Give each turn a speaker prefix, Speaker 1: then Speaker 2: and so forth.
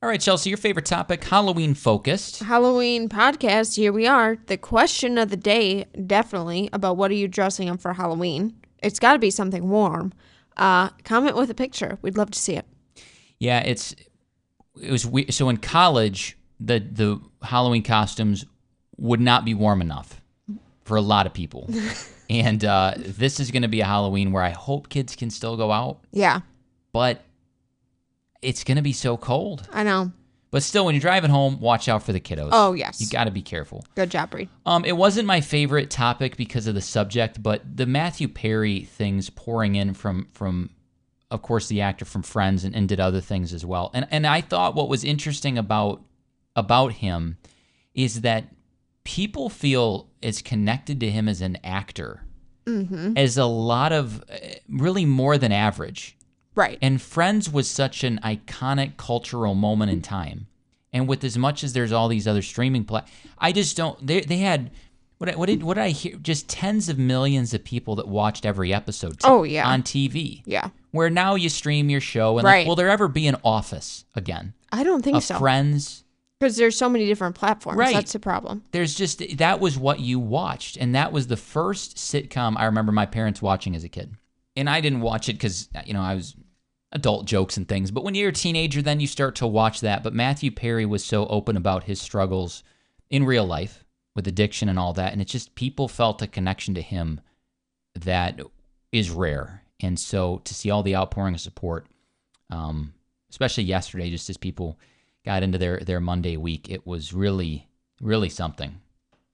Speaker 1: All right, Chelsea, your favorite topic, Halloween focused.
Speaker 2: Halloween podcast, here we are. The question of the day, definitely, about what are you dressing up for Halloween? It's got to be something warm. Uh, comment with a picture. We'd love to see it.
Speaker 1: Yeah, it's it was we, so in college the the Halloween costumes would not be warm enough for a lot of people. and uh, this is going to be a Halloween where I hope kids can still go out,
Speaker 2: Yeah,
Speaker 1: but it's going to be so cold.
Speaker 2: I know.
Speaker 1: But still when you're driving home, watch out for the kiddos.
Speaker 2: Oh, yes.
Speaker 1: You got to be careful.
Speaker 2: Good job, Reed.
Speaker 1: Um, it wasn't my favorite topic because of the subject, but the Matthew Perry things pouring in from from, of course, the actor from Friends and, and did other things as well. And and I thought what was interesting about about him is that people feel as connected to him as an actor as a lot of uh, really more than average.
Speaker 2: Right.
Speaker 1: And Friends was such an iconic cultural moment in time. And with as much as there's all these other streaming pla I just don't. They, they had what I, what did what did I hear? Just tens of millions of people that watched every episode. t-
Speaker 2: Oh, yeah.
Speaker 1: on TV.
Speaker 2: yeah.
Speaker 1: Where now you stream your show and
Speaker 2: Right.
Speaker 1: like, will there ever be an Office again?
Speaker 2: I don't think
Speaker 1: Of
Speaker 2: so.
Speaker 1: Friends.
Speaker 2: Because there's so many different platforms.
Speaker 1: Right.
Speaker 2: That's the problem.
Speaker 1: There's just that was what you watched, and that was the first sitcom I remember my parents watching as a kid. And I didn't watch it because you know I was adult jokes and things. But when you're a teenager, then you start to watch that. But Matthew Perry was so open about his struggles in real life with addiction and all that, and it's just people felt a connection to him that is rare. And so to see all the outpouring of support, um, especially yesterday, just as people got into their their Monday week, it was really really something.